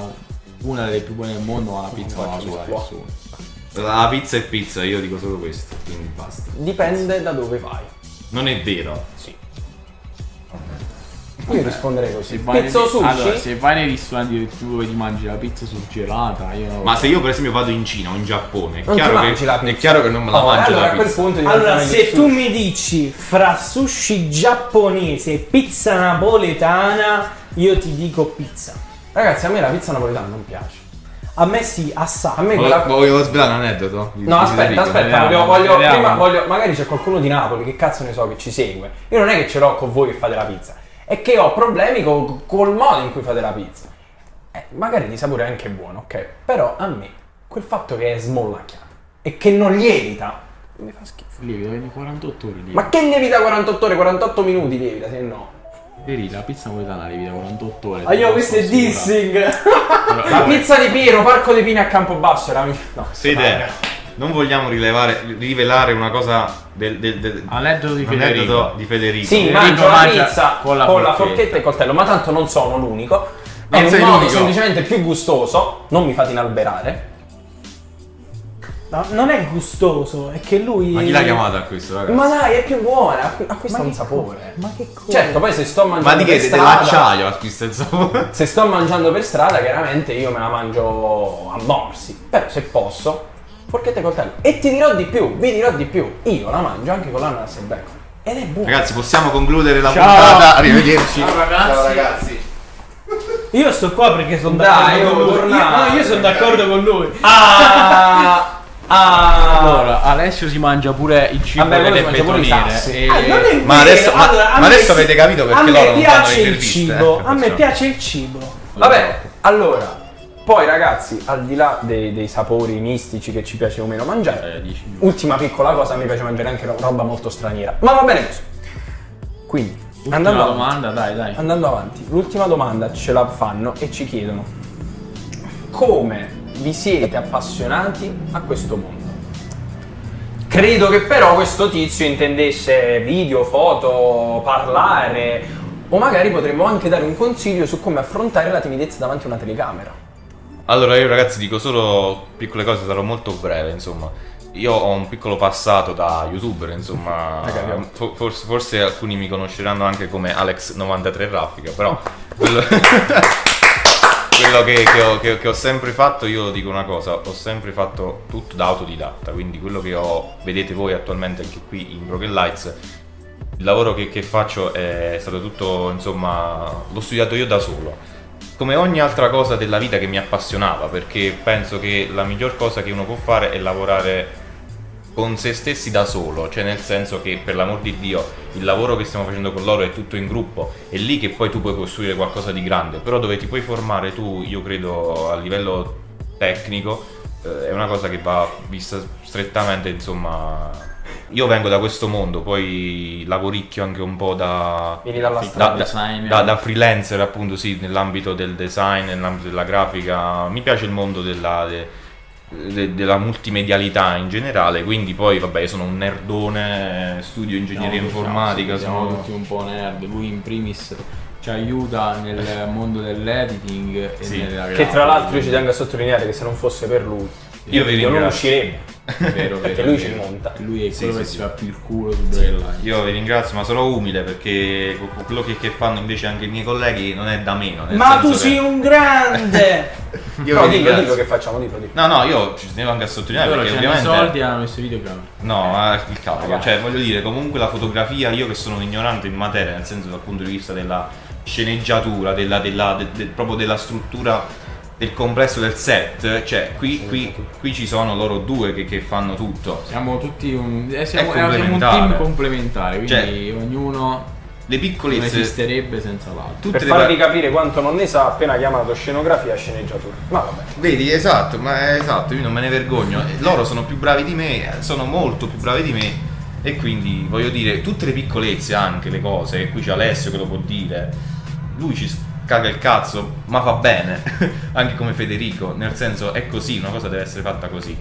[SPEAKER 2] una delle più buone del mondo, ma la pizza non la
[SPEAKER 3] faccio
[SPEAKER 2] sua
[SPEAKER 3] lo
[SPEAKER 2] nessuno.
[SPEAKER 1] La pizza è pizza, io dico solo questo, quindi basta.
[SPEAKER 3] Dipende da dove vai.
[SPEAKER 1] Non è vero.
[SPEAKER 3] Sì. Io risponderei così.
[SPEAKER 2] Se vai
[SPEAKER 3] Pizza o
[SPEAKER 2] nei,
[SPEAKER 3] sushi?
[SPEAKER 2] Allora, se vai nei ristoranti dove ti mangi la pizza surgelata, io
[SPEAKER 1] Ma se io per esempio vado in Cina o in Giappone, è,
[SPEAKER 3] Non ti
[SPEAKER 1] chiaro
[SPEAKER 3] mangi la
[SPEAKER 1] che,
[SPEAKER 3] pizza.
[SPEAKER 1] è chiaro che non me la
[SPEAKER 3] Oh,
[SPEAKER 1] mangio
[SPEAKER 3] allora
[SPEAKER 1] la
[SPEAKER 3] a quel
[SPEAKER 1] pizza.
[SPEAKER 3] punto
[SPEAKER 5] allora
[SPEAKER 3] diventano
[SPEAKER 5] se
[SPEAKER 3] gli
[SPEAKER 5] tu
[SPEAKER 3] sushi.
[SPEAKER 5] mi dici fra sushi giapponese e pizza napoletana, io ti dico pizza.
[SPEAKER 3] Ragazzi, a me la pizza napoletana non piace.
[SPEAKER 5] A me sì,
[SPEAKER 3] A
[SPEAKER 5] assai.
[SPEAKER 3] me quella...
[SPEAKER 1] Volevo, volevo svelare un aneddoto. di-
[SPEAKER 3] No,
[SPEAKER 1] di
[SPEAKER 3] aspetta,
[SPEAKER 1] Federico.
[SPEAKER 3] aspetta,
[SPEAKER 2] vediamo,
[SPEAKER 3] voglio, voglio-
[SPEAKER 2] vediamo.
[SPEAKER 3] prima voglio- magari c'è qualcuno di Napoli, che cazzo ne so, che ci segue. Io non è che ce l'ho con voi che fate la pizza, è che ho problemi co- col modo in cui fate la pizza. Eh, magari di sapore è anche buono, ok, però a me quel fatto che è smollacchiato e che non lievita, mi fa schifo.
[SPEAKER 2] Lievita, viene 48 ore lì.
[SPEAKER 3] Ma che lievita 48 ore, 48 minuti lievita, se no.
[SPEAKER 2] Vedi, la pizza napoletana lievita 48 ore.
[SPEAKER 5] Ah, io questo è dissing.
[SPEAKER 3] La pizza di Piero, Parco dei Pini a Campobasso era... No,
[SPEAKER 1] Fede, non vogliamo rilevare, rivelare una cosa del, del, del-
[SPEAKER 2] Aneddoto di
[SPEAKER 1] un aneddoto
[SPEAKER 2] Federico.
[SPEAKER 1] di Federico.
[SPEAKER 3] Sì,
[SPEAKER 2] Federico
[SPEAKER 3] mangio la
[SPEAKER 2] mangia
[SPEAKER 3] pizza con la, forchetta. e il coltello, ma tanto non sono l'unico.
[SPEAKER 1] Non
[SPEAKER 3] è un
[SPEAKER 1] sei
[SPEAKER 3] modo
[SPEAKER 1] l'unico.
[SPEAKER 3] semplicemente più gustoso, non mi fate inalberare.
[SPEAKER 5] No, non è gustoso, è che lui...
[SPEAKER 1] Ma chi l'ha chiamata a questo, ragazzi?
[SPEAKER 3] Ma dai, è più buona, acqu- acquista
[SPEAKER 5] Ma
[SPEAKER 3] un
[SPEAKER 5] che
[SPEAKER 3] sapore.
[SPEAKER 5] co- Ma che cosa?
[SPEAKER 3] Certo, poi se sto mangiando
[SPEAKER 1] Ma di che?
[SPEAKER 3] per
[SPEAKER 1] De-
[SPEAKER 3] strada,
[SPEAKER 1] Dell'acciaio acquista il sapore.
[SPEAKER 3] se sto mangiando per strada, chiaramente io me la mangio a morsi. Però se posso, forchetta e coltello. E ti dirò di più, vi dirò di più, io la mangio anche con l'ananas e il bacon. Ed è buona.
[SPEAKER 1] Ragazzi, possiamo concludere la
[SPEAKER 2] Ciao.
[SPEAKER 1] puntata.
[SPEAKER 2] Ah,
[SPEAKER 1] Arrivederci.
[SPEAKER 2] Ciao, ragazzi.
[SPEAKER 5] Io sto qua perché sono
[SPEAKER 3] Dai,
[SPEAKER 5] d'accordo
[SPEAKER 3] oh,
[SPEAKER 5] con lui. Io,
[SPEAKER 3] tornate.
[SPEAKER 5] no, io sono d'accordo con lui.
[SPEAKER 3] Ah! ah.
[SPEAKER 2] Allora, Alessio si mangia pure il cibo
[SPEAKER 3] Vabbè, quello
[SPEAKER 2] delle
[SPEAKER 3] si mangia pure i
[SPEAKER 2] betoniere.
[SPEAKER 3] sassi.
[SPEAKER 2] e-
[SPEAKER 5] Ah, non è
[SPEAKER 1] ma
[SPEAKER 5] vero.
[SPEAKER 1] adesso- ma-
[SPEAKER 5] Allora, a
[SPEAKER 1] ma
[SPEAKER 5] me
[SPEAKER 1] adesso
[SPEAKER 5] si-
[SPEAKER 1] avete capito perché
[SPEAKER 5] a me
[SPEAKER 1] loro non fanno le
[SPEAKER 5] piace il
[SPEAKER 1] interviste,
[SPEAKER 5] cibo,
[SPEAKER 1] eh,
[SPEAKER 5] a me
[SPEAKER 1] perciò.
[SPEAKER 5] piace il cibo.
[SPEAKER 3] Vabbè, allora, poi ragazzi, al di là dei, dei sapori mistici che ci piace o meno mangiare,
[SPEAKER 2] Eh, dici giù.
[SPEAKER 3] ultima piccola cosa, mi piace mangiare anche ro- roba molto straniera. Ma va bene così. Quindi,
[SPEAKER 2] Ultima
[SPEAKER 3] andando avanti,
[SPEAKER 2] domanda, dai, dai.
[SPEAKER 3] andando avanti, l'ultima domanda ce la fanno e ci chiedono come vi siete appassionati a questo mondo? Credo che però questo tizio intendesse video, foto, parlare o magari potremmo anche dare un consiglio su come affrontare la timidezza davanti a una telecamera.
[SPEAKER 1] Allora, io ragazzi dico solo piccole cose, sarò molto breve, insomma. Io ho un piccolo passato da youtuber, insomma.
[SPEAKER 3] Eh, capiamo.
[SPEAKER 1] fo- forse, forse alcuni mi conosceranno anche come Alex93 Raffica, però quello, quello che, che ho, che- che ho sempre fatto, io dico una cosa, ho sempre fatto tutto da autodidatta, quindi quello che ho, vedete voi attualmente anche qui in Broken Lights, il lavoro che, che faccio è stato tutto, insomma, l'ho studiato io da solo. Come ogni altra cosa della vita che mi appassionava, perché penso che la miglior cosa che uno può fare è lavorare con se stessi da solo, cioè nel senso che per l'amor di Dio il lavoro che stiamo facendo con loro è tutto in gruppo, è lì che poi tu puoi costruire qualcosa di grande, però dove ti puoi formare tu, io credo a livello tecnico, eh, è una cosa che va vista strettamente, insomma... Io vengo da questo mondo, poi lavoricchio anche un po' da,
[SPEAKER 3] Vieni dalla
[SPEAKER 1] da-
[SPEAKER 3] strada.
[SPEAKER 1] da-
[SPEAKER 2] Designer.
[SPEAKER 1] da- da freelancer appunto sì, nell'ambito del design, nell'ambito della grafica, mi piace il mondo della, de- de- della multimedialità in generale, quindi poi vabbè io sono un nerdone, studio ingegneria
[SPEAKER 2] No,
[SPEAKER 1] informatica,
[SPEAKER 2] sì, siamo
[SPEAKER 1] sono...
[SPEAKER 2] tutti un po' nerd. Lui in primis ci aiuta nel mondo dell'editing e
[SPEAKER 1] Sì.
[SPEAKER 2] nella
[SPEAKER 3] Che
[SPEAKER 2] grafica.
[SPEAKER 3] tra l'altro io ci tengo a sottolineare che se non fosse per lui,
[SPEAKER 1] Io vi
[SPEAKER 3] non
[SPEAKER 1] ringrazio.
[SPEAKER 3] uscirebbe.
[SPEAKER 2] È vero,
[SPEAKER 3] Perché
[SPEAKER 2] vero,
[SPEAKER 3] lui
[SPEAKER 2] vero.
[SPEAKER 3] ci monta.
[SPEAKER 2] Lui è
[SPEAKER 1] Sì,
[SPEAKER 2] quello
[SPEAKER 1] sì,
[SPEAKER 2] che
[SPEAKER 1] sì.
[SPEAKER 2] si fa più il culo su Braille
[SPEAKER 1] Io vi ringrazio, ma sono umile perché co- co- quello che, che fanno invece anche i miei colleghi non è da meno. nel
[SPEAKER 5] Ma
[SPEAKER 1] senso
[SPEAKER 5] tu
[SPEAKER 1] che-
[SPEAKER 5] sei un
[SPEAKER 1] Eh,
[SPEAKER 5] grande!
[SPEAKER 1] Io
[SPEAKER 3] no,
[SPEAKER 1] vi
[SPEAKER 3] dillo,
[SPEAKER 1] ringrazio.
[SPEAKER 3] dillo che facciamo, dillo, dillo.
[SPEAKER 1] No, no, io ci tenevo anche a
[SPEAKER 3] Eh,
[SPEAKER 1] sottolineare
[SPEAKER 2] Loro
[SPEAKER 1] perché
[SPEAKER 2] c'hanno i
[SPEAKER 1] ovviamente...
[SPEAKER 2] soldi e hanno messo i videocamera.
[SPEAKER 1] No,
[SPEAKER 2] eh,
[SPEAKER 1] ma il cavolo,
[SPEAKER 3] Ragazzi.
[SPEAKER 1] cioè voglio dire, comunque la fotografia, io che sono un ignorante in materia, nel senso dal punto di vista della sceneggiatura, della, della- de- de- proprio della struttura del complesso del set, cioè qui, qui- qui ci sono loro due che, che fanno tutto.
[SPEAKER 2] Siamo tutti un, eh,
[SPEAKER 1] È
[SPEAKER 2] siamo, eh, siamo un
[SPEAKER 1] complementare.
[SPEAKER 2] team complementare, quindi ognuno
[SPEAKER 1] Le
[SPEAKER 2] non
[SPEAKER 1] piccolezze,
[SPEAKER 2] esisterebbe senza l'altro.
[SPEAKER 1] tutte
[SPEAKER 3] Per
[SPEAKER 1] le
[SPEAKER 3] farvi
[SPEAKER 1] par-
[SPEAKER 3] capire quanto non ne sa, ha appena chiamato scenografia e sceneggiatura. Ma vabbè.
[SPEAKER 1] Vedi, esatto, ma è esatto, io non me ne vergogno. Eh, Loro sono più bravi di me, eh, sono molto più bravi di me. E quindi voglio dire, tutte le piccolezze anche, le cose, e qui c'è Alessio che lo può dire. Lui ci caga il cazzo, ma fa bene. anche come Federico, nel senso è così, una cosa deve essere fatta così.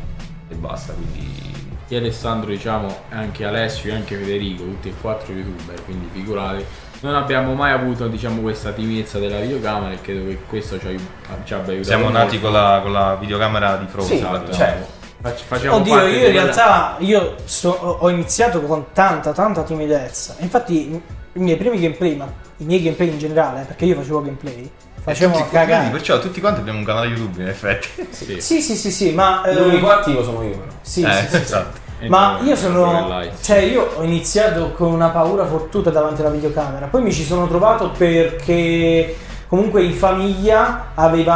[SPEAKER 1] E basta, quindi.
[SPEAKER 2] Io Alessandro, diciamo, e anche Alessio e anche Federico, tutti e quattro youtuber, quindi figurati. Non abbiamo mai avuto, diciamo, questa timidezza della videocamera e credo che questo ci, ai- ci abbia aiutato.
[SPEAKER 1] Siamo
[SPEAKER 2] molto.
[SPEAKER 1] nati con la, con la videocamera di fronte.
[SPEAKER 3] Sì,
[SPEAKER 1] esatto.
[SPEAKER 3] cioè,
[SPEAKER 2] Fac- facciamo
[SPEAKER 5] Oddio,
[SPEAKER 2] parte
[SPEAKER 5] io in
[SPEAKER 2] di quella-
[SPEAKER 5] realtà io so- ho iniziato con tanta, tanta timidezza. Infatti, i miei primi gameplay, ma i miei gameplay in generale, perché io facevo gameplay, facevo
[SPEAKER 1] Tutti- vedi,
[SPEAKER 5] cagare.
[SPEAKER 1] Perciò tutti quanti abbiamo un canale YouTube, in effetti.
[SPEAKER 2] Sì.
[SPEAKER 5] Sì, sì, sì, sì, ma. eh,
[SPEAKER 3] L'unico attivo sono io, però.
[SPEAKER 5] sì,
[SPEAKER 1] Eh,
[SPEAKER 5] sì, sì, sì.
[SPEAKER 1] esatto.
[SPEAKER 2] E
[SPEAKER 5] Ma
[SPEAKER 2] poi- pure
[SPEAKER 5] io sono.
[SPEAKER 2] lights.
[SPEAKER 5] Cioè, io ho iniziato con una paura fortuta davanti alla videocamera. Poi mi ci sono trovato perché comunque in famiglia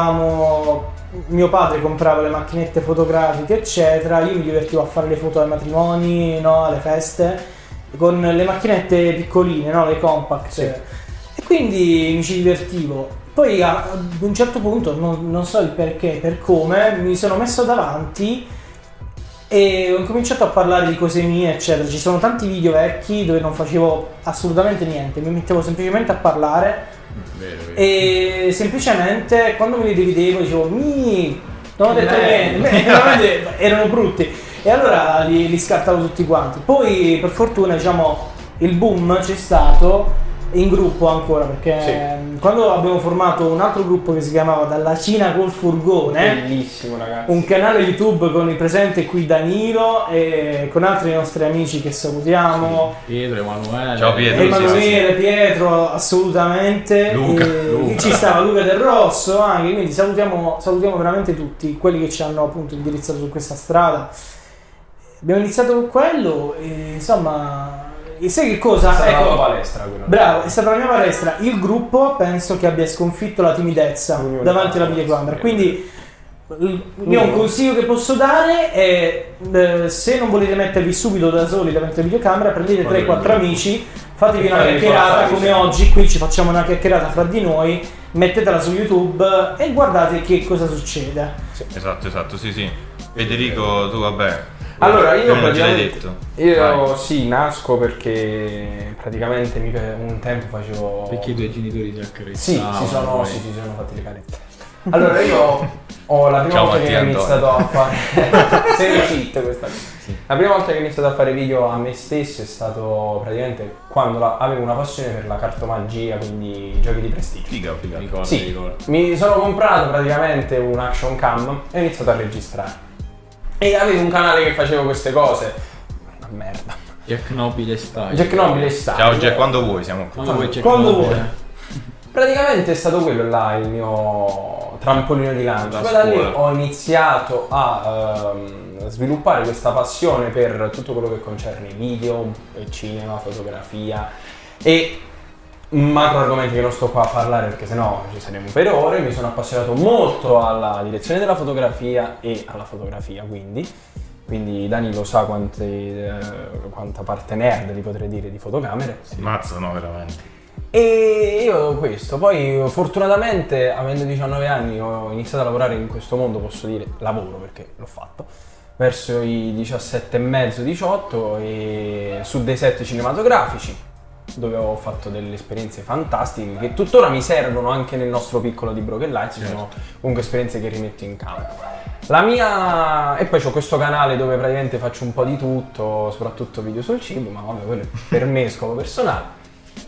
[SPEAKER 5] avevamo. Mio padre comprava le macchinette fotografiche, eccetera. Io mi divertivo a fare le foto ai matrimoni, no? alle feste. Con le macchinette piccoline, no? Le compact. E quindi mi ci divertivo. Poi a- ad un certo punto, non, non so il perché, per come, mi sono messo davanti e ho incominciato a parlare di cose mie, eccetera. Ci sono tanti video vecchi dove non facevo assolutamente niente, mi mettevo semplicemente a parlare
[SPEAKER 2] Vero, vero.
[SPEAKER 5] e semplicemente quando me li dividevo dicevo mi non ho detto
[SPEAKER 2] Bello.
[SPEAKER 5] niente, Beh, veramente erano brutti e allora li, li scartavo tutti quanti. Poi per fortuna diciamo il boom c'è stato in gruppo ancora perché
[SPEAKER 3] Sì.
[SPEAKER 5] ehm, quando abbiamo formato un altro gruppo che si chiamava Dalla Cina col
[SPEAKER 3] Mm.
[SPEAKER 5] furgone
[SPEAKER 3] Bellissimo, ragazzi.
[SPEAKER 5] eh? un canale YouTube con il presente qui Danilo e con altri nostri amici che salutiamo.
[SPEAKER 2] Pietro, Emanuele.
[SPEAKER 1] Ciao, Pietro, sì,
[SPEAKER 5] Emanuele,
[SPEAKER 1] sì,
[SPEAKER 5] Pietro, assolutamente.
[SPEAKER 1] Luca,
[SPEAKER 5] E
[SPEAKER 1] Luca.
[SPEAKER 5] Ci stava Luca Del Rosso anche, quindi salutiamo, salutiamo veramente tutti quelli che ci hanno appunto indirizzato su questa strada. Abbiamo iniziato con quello e insomma, e sai che cosa?
[SPEAKER 3] È stata
[SPEAKER 5] Ecco,
[SPEAKER 3] Ah, la tua palestra quella.
[SPEAKER 5] Bravo, è stata la mia palestra. Il gruppo penso che abbia sconfitto la timidezza
[SPEAKER 3] Unione.
[SPEAKER 5] davanti alla videocamera. Quindi l- io un consiglio che posso dare è eh, se non volete mettervi subito da soli davanti alla videocamera, prendete 3-4 amici, fatevi una
[SPEAKER 3] Fate
[SPEAKER 5] chiacchierata
[SPEAKER 3] riportare,
[SPEAKER 5] come
[SPEAKER 3] sì.
[SPEAKER 5] oggi, qui ci facciamo una chiacchierata fra di noi, mettetela su YouTube e guardate che cosa succede.
[SPEAKER 1] Esatto, esatto, sì, sì. Federico, tu vabbè.
[SPEAKER 3] Allora,
[SPEAKER 1] Tu non
[SPEAKER 3] io
[SPEAKER 1] ce l'hai
[SPEAKER 3] praticamente-
[SPEAKER 1] detto.
[SPEAKER 3] Io
[SPEAKER 1] Vai.
[SPEAKER 3] sì, nasco perché praticamente mica un tempo facevo.
[SPEAKER 2] Perché i tuoi genitori ti
[SPEAKER 3] Sì,
[SPEAKER 2] accarezzavano.
[SPEAKER 3] si sono,
[SPEAKER 2] poi.
[SPEAKER 3] sì, si sono fatti le canette. Allora io ho la prima
[SPEAKER 1] Ciao,
[SPEAKER 3] volta
[SPEAKER 1] Mattia
[SPEAKER 3] che
[SPEAKER 1] Antonio.
[SPEAKER 3] ho iniziato a fare Sei cheat questa cosa. La prima volta che ho iniziato a fare video a me stesso è stato praticamente quando la- avevo una passione per la cartomagia, quindi giochi di prestigio.
[SPEAKER 1] Figa, figa.
[SPEAKER 2] Ricordo,
[SPEAKER 3] Sì,
[SPEAKER 2] ricordo.
[SPEAKER 3] mi sono comprato praticamente un action cam e ho iniziato a registrare. E avevo un canale che facevo queste cose. Una merda.
[SPEAKER 2] Jack Nobile Style.
[SPEAKER 3] Jack Nobile sta.
[SPEAKER 1] Ciao Jack, quando vuoi siamo qui.
[SPEAKER 2] Quando vuoi Jack
[SPEAKER 5] Quando
[SPEAKER 2] Nobile.
[SPEAKER 5] vuoi.
[SPEAKER 3] Praticamente è stato quello là il mio trampolino di lancio.
[SPEAKER 2] Da
[SPEAKER 3] Poi da lì
[SPEAKER 2] scuola.
[SPEAKER 3] ho iniziato a ehm, sviluppare questa passione per tutto quello che concerne video, eh, cinema, fotografia e macro argomenti che non sto qua a parlare perché sennò ci saremmo per ore. Mi sono appassionato molto alla direzione della fotografia e alla fotografia quindi. Quindi Danilo sa quanti, eh, quanta parte nerd li potrei dire di fotocamere.
[SPEAKER 4] Mazza, no, veramente.
[SPEAKER 3] E io questo, poi fortunatamente avendo 19 anni ho iniziato a lavorare in questo mondo, posso dire lavoro perché l'ho fatto, verso i 17 e mezzo, 18 e su dei set cinematografici dove ho fatto delle esperienze fantastiche che tuttora mi servono anche nel nostro piccolo di Broken Lights, ci sono
[SPEAKER 2] Certo.
[SPEAKER 3] comunque esperienze che rimetto in campo. La mia... e poi ho questo canale dove praticamente faccio un po' di tutto, soprattutto video sul cibo, ma vabbè quello è per me scopo personale.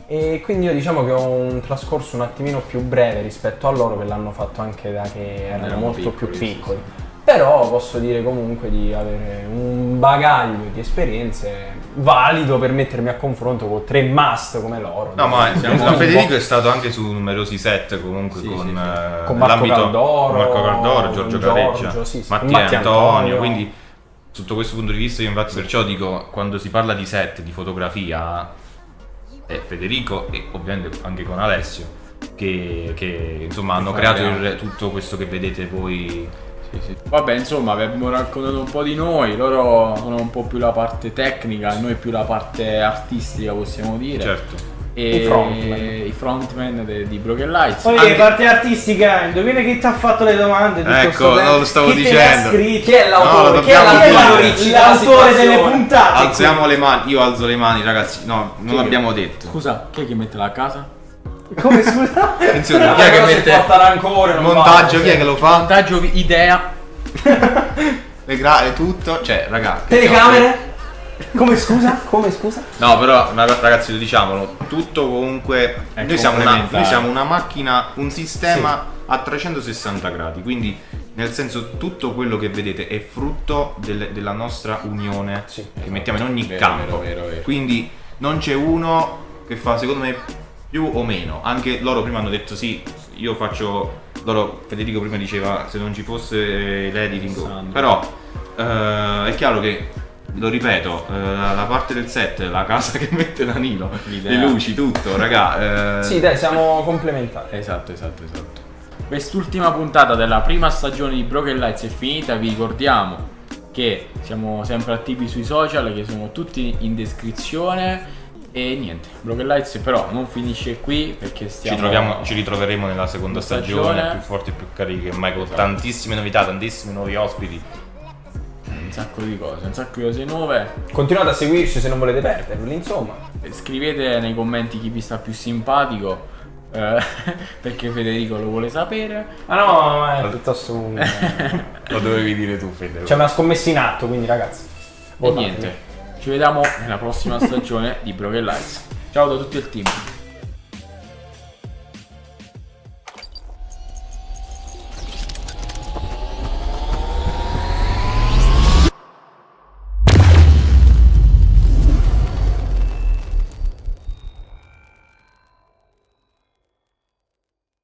[SPEAKER 3] E quindi io diciamo che ho un trascorso un attimino più breve rispetto a loro che l'hanno fatto anche da che erano
[SPEAKER 2] Erano
[SPEAKER 3] molto
[SPEAKER 2] piccoli,
[SPEAKER 3] più
[SPEAKER 2] sì,
[SPEAKER 3] piccoli. Però posso dire comunque di avere un bagaglio di esperienze valido per mettermi a confronto con tre must come loro.
[SPEAKER 1] No, ma
[SPEAKER 3] Siamo
[SPEAKER 1] no,
[SPEAKER 3] un
[SPEAKER 1] Federico
[SPEAKER 3] po'-
[SPEAKER 1] è stato anche su numerosi set comunque
[SPEAKER 2] Sì,
[SPEAKER 1] con,
[SPEAKER 2] sì, sì.
[SPEAKER 1] eh,
[SPEAKER 3] Con Marco
[SPEAKER 1] l'ambito-
[SPEAKER 3] Caldoro,
[SPEAKER 1] con Marco Caldoro, Giorgio
[SPEAKER 3] Giorgio,
[SPEAKER 1] Careccia,
[SPEAKER 3] sì, sì,
[SPEAKER 1] Mattia
[SPEAKER 3] Mattia
[SPEAKER 1] Antonio,
[SPEAKER 3] Antonio.
[SPEAKER 1] quindi sotto questo punto di vista io infatti perciò dico quando si parla di set, di fotografia, è Federico e ovviamente anche con Alessio che, che, insomma hanno
[SPEAKER 2] Che
[SPEAKER 1] creato
[SPEAKER 2] parliamo.
[SPEAKER 1] il- tutto questo che vedete voi
[SPEAKER 2] Sì, sì. Vabbè, insomma, vi abbiamo raccontato un po' di noi, loro sono un po' più la parte tecnica, noi più la parte artistica, possiamo dire.
[SPEAKER 1] certo.
[SPEAKER 2] E
[SPEAKER 3] I frontman.
[SPEAKER 2] i frontman de- di Broken Lights.
[SPEAKER 5] Poi
[SPEAKER 2] Anche-
[SPEAKER 5] parte artistica, indovina chi ti ha fatto le domande. tutto
[SPEAKER 4] Ecco,
[SPEAKER 5] sto tempo.
[SPEAKER 4] no, lo stavo
[SPEAKER 5] chi te le
[SPEAKER 4] dicendo.
[SPEAKER 5] ha scritte?
[SPEAKER 3] Chi è l'autore?
[SPEAKER 4] No, lo
[SPEAKER 5] Chi è
[SPEAKER 4] dobbiamo
[SPEAKER 5] la-
[SPEAKER 4] dire.
[SPEAKER 5] l'autore delle puntate?
[SPEAKER 1] Alziamo le mani, io alzo le mani ragazzi, no, non l'abbiamo detto.
[SPEAKER 2] Scusa, chi è che mette la casa?
[SPEAKER 5] Come scusa?
[SPEAKER 1] Attenzione, chi
[SPEAKER 3] Vabbè,
[SPEAKER 1] è che
[SPEAKER 3] però se
[SPEAKER 1] mette
[SPEAKER 3] porta rancore, non
[SPEAKER 1] montaggio,
[SPEAKER 3] vale,
[SPEAKER 1] chi è
[SPEAKER 3] sì.
[SPEAKER 1] che lo fa?
[SPEAKER 2] Vantaggio vi- idea.
[SPEAKER 1] Le gra- e tutto, cioè, raga. diciamo
[SPEAKER 5] Telecamere? Come scusa? Come scusa?
[SPEAKER 1] No, però, ma ragazzi, lo diciamolo, tutto comunque.
[SPEAKER 2] È
[SPEAKER 1] Noi siamo, una,
[SPEAKER 2] complementare.
[SPEAKER 1] noi siamo una macchina, un sistema a 360 gradi. Quindi, nel senso, tutto quello che vedete è frutto del- della nostra unione
[SPEAKER 3] Sì,
[SPEAKER 1] che mettiamo in ogni
[SPEAKER 2] Vero,
[SPEAKER 1] campo.
[SPEAKER 2] vero, vero, vero.
[SPEAKER 1] Eh, Quindi, non c'è uno che fa, secondo me, più o meno. Anche loro prima hanno detto sì, io faccio. Loro, Federico prima diceva se non ci fosse eh, l'editing.
[SPEAKER 2] Alessandro.
[SPEAKER 1] Però eh, è chiaro che lo ripeto, eh, la parte del set, la casa che mette Danilo,
[SPEAKER 2] L'idea.
[SPEAKER 1] le luci, tutto, raga. eh,
[SPEAKER 3] Sì, dai, siamo complementari.
[SPEAKER 2] Esatto, esatto, esatto. Quest'ultima puntata della prima stagione di Broken Lights è finita, vi ricordiamo che siamo sempre attivi sui social che sono tutti in descrizione e niente, Broken Lights però non finisce qui perché stiamo
[SPEAKER 1] Ci, troviamo- ci ritroveremo nella seconda
[SPEAKER 2] Seconda
[SPEAKER 1] stagione,
[SPEAKER 2] stagione.
[SPEAKER 1] più forti e più carichi che mai, con tantissime novità, tantissimi nuovi ospiti.
[SPEAKER 2] un sacco di cose, un sacco di cose nuove. Eh,
[SPEAKER 3] Continuate a seguirci se non volete perderli, insomma.
[SPEAKER 2] Scrivete nei commenti chi vi sta più simpatico eh, perché Federico lo vuole sapere.
[SPEAKER 3] Ah no, ma è piuttosto un...
[SPEAKER 1] Lo dovevi dire tu, Federico.
[SPEAKER 3] C'è una scommessa in atto, quindi ragazzi.
[SPEAKER 2] E
[SPEAKER 3] votate.
[SPEAKER 2] niente, ci vediamo nella prossima stagione di Broken Lights. Ciao da tutto il team.